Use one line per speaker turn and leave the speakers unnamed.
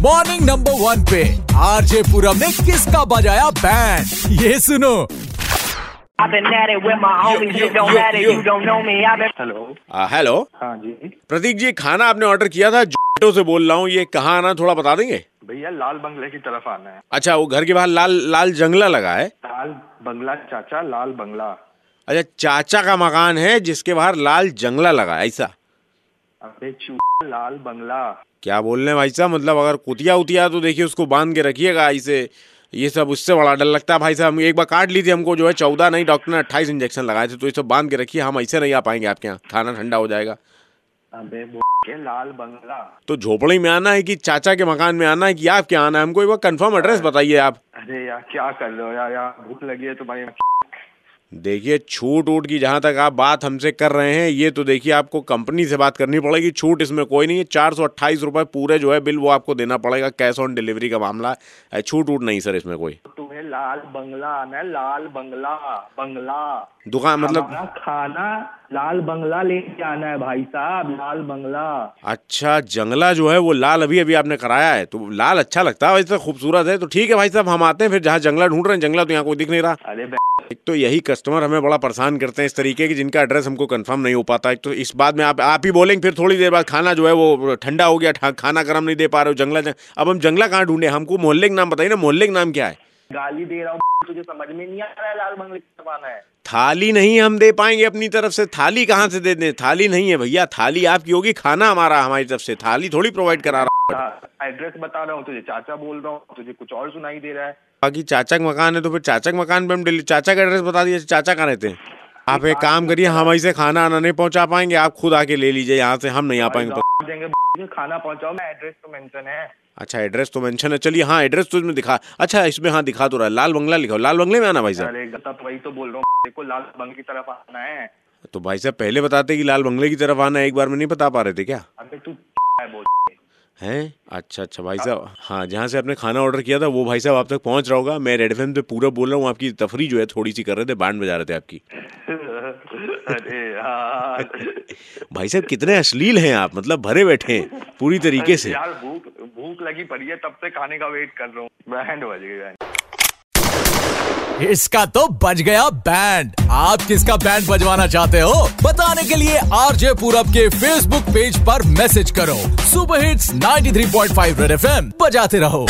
Number one पे RJ Puram ने किसका बजाया बैंड ये सुनो
I've been at it with my homies. You don't matter. You don't know me. I've been.
Hello
hello
हाँ जी
प्रतीक जी खाना आपने ऑर्डर किया था जोटो से बोल रहा हूँ ये कहाँ आना है, थोड़ा बता देंगे
भैया लाल बंगले की तरफ आना है
अच्छा वो घर के बाहर लाल लाल जंगला लगा है
लाल बंगला चाचा लाल बंगला
अच्छा चाचा का मकान है जिसके बाहर लाल जंगला लगा है ऐसा
अबे चू लाल बंगला
क्या बोल रहे हैं भाई साहब मतलब अगर कुतिया उतिया तो देखिए उसको बांध के रखिएगा ऐसे ये सब उससे बड़ा डर लगता है भाई साहब हम एक बार काट ली थी हमको जो है चौदह नहीं डॉक्टर ने अट्ठाईस इंजेक्शन लगाए थे तो ये सब बांध के रखिए हम ऐसे नहीं आ पाएंगे आपके यहाँ खाना ठंडा हो जाएगा
अबे बो के लाल बंगला
तो झोपड़ी में आना है कि चाचा के मकान में आना है कि आपके यहाँ आना है हमको एक बार कंफर्म एड्रेस बताइए आप
अरे यार क्या कर रहे हो यार यार भूख लगी है तो तुम्हारी
देखिए छूट वूट की जहाँ तक आप बात हमसे कर रहे हैं ये तो देखिए आपको कंपनी से बात करनी पड़ेगी छूट इसमें कोई नहीं है चार सौ अट्ठाईस रुपये पूरे जो है बिल वो आपको देना पड़ेगा कैश ऑन डिलीवरी का मामला है छूट वूट नहीं सर इसमें कोई
तुम्हें लाल बंगला आना है लाल बंगला बंगला
दुकान मतलब
हमारा खाना लाल बंगला लेके आना है भाई साहब लाल बंगला
अच्छा जंगला जो है वो लाल अभी अभी आपने कराया है तो लाल अच्छा लगता है वैसे खूबसूरत है तो ठीक है भाई साहब हम आते हैं फिर जहाँ जंगला ढूंढ रहे हैं जंगला तो यहाँ कोई दिख नहीं रहा
अरे बे-
एक तो यही कस्टमर हमें बड़ा परेशान करते हैं इस तरीके की जिनका एड्रेस हमको कंफर्म नहीं हो पाता एक तो इस बात में आप आप ही बोलेंगे फिर थोड़ी देर बाद खाना जो है वो ठंडा हो गया ठा- खाना गर्म नहीं दे पा रहे हो जंगला जंग... अब हम जंगला कहाँ ढूंढे हमको मोहल्ले का नाम बताइए ना मोहल्ले का नाम क्या है
गाली दे रहा हूँ तुझे समझ में नहीं आ रहा है लाल बंगले की तरफ आना है
थाली नहीं हम दे पाएंगे अपनी तरफ से थाली कहाँ से दे दें थाली नहीं है भैया थाली आपकी होगी खाना हमारा हमारी तरफ से थाली थोड़ी प्रोवाइड करा रहा हूं।
एड्रेस हाँ, बता रहा हूँ तुझे चाचा बोल रहा हूँ तुझे कुछ और सुनाई दे रहा है
बाकी चाचा का मकान है तो फिर चाचा के मकान पे हम डिली चाचा का एड्रेस बता दीजिए चाचा कहाँ रहते हैं आप एक काम करिए हम ऐसे खाना आना नहीं पहुंचा पाएंगे आप खुद आके ले लीजिए यहाँ से हम नहीं आ पाएंगे
गाँव देंगे मुझे खाना पहुंचाओ मैं एड्रेस तो मेंशन है
अच्छा एड्रेस तो मेंशन है चलिए हाँ एड्रेस तो इसमें दिखा अच्छा इसमें हाँ दिखा तो रहा है लाल बंगला लिखा हो लाल बंगले में आना भाई साहब
अरे तब वही तो बोल रहा हूँ देखो लाल बंग की तरफ आना है
तो भाई साहब पहले बताते कि लाल बंगले की तरफ आना है, एक बार में नहीं बता पा रहे थे क्या
अबे तू है बोल
हैं अच्छा अच्छा भाई साहब हाँ जहाँ से आपने खाना ऑर्डर किया था वो भाई साहब आप तक पहुँच रहा होगा मैं रेड एफ पे पूरा बोल रहा हूँ आपकी तफरी जो है थोड़ी सी कर रहे थे बैंड बजा रहे थे आपकी
अरे यार
भाई साहब कितने अश्लील हैं आप मतलब भरे बैठे हैं पूरी तरीके से
यार भूख भूख लगी पड़ी है तब से खाने का वेट कर रहा हूँ बैंड बज गई बैंड
इसका तो बज गया बैंड आप किसका बैंड बजवाना चाहते हो बताने के लिए आरजे पूरब के फेसबुक पेज पर मैसेज करो सुपर हिट्स 93.5 रेड एफएम बजाते रहो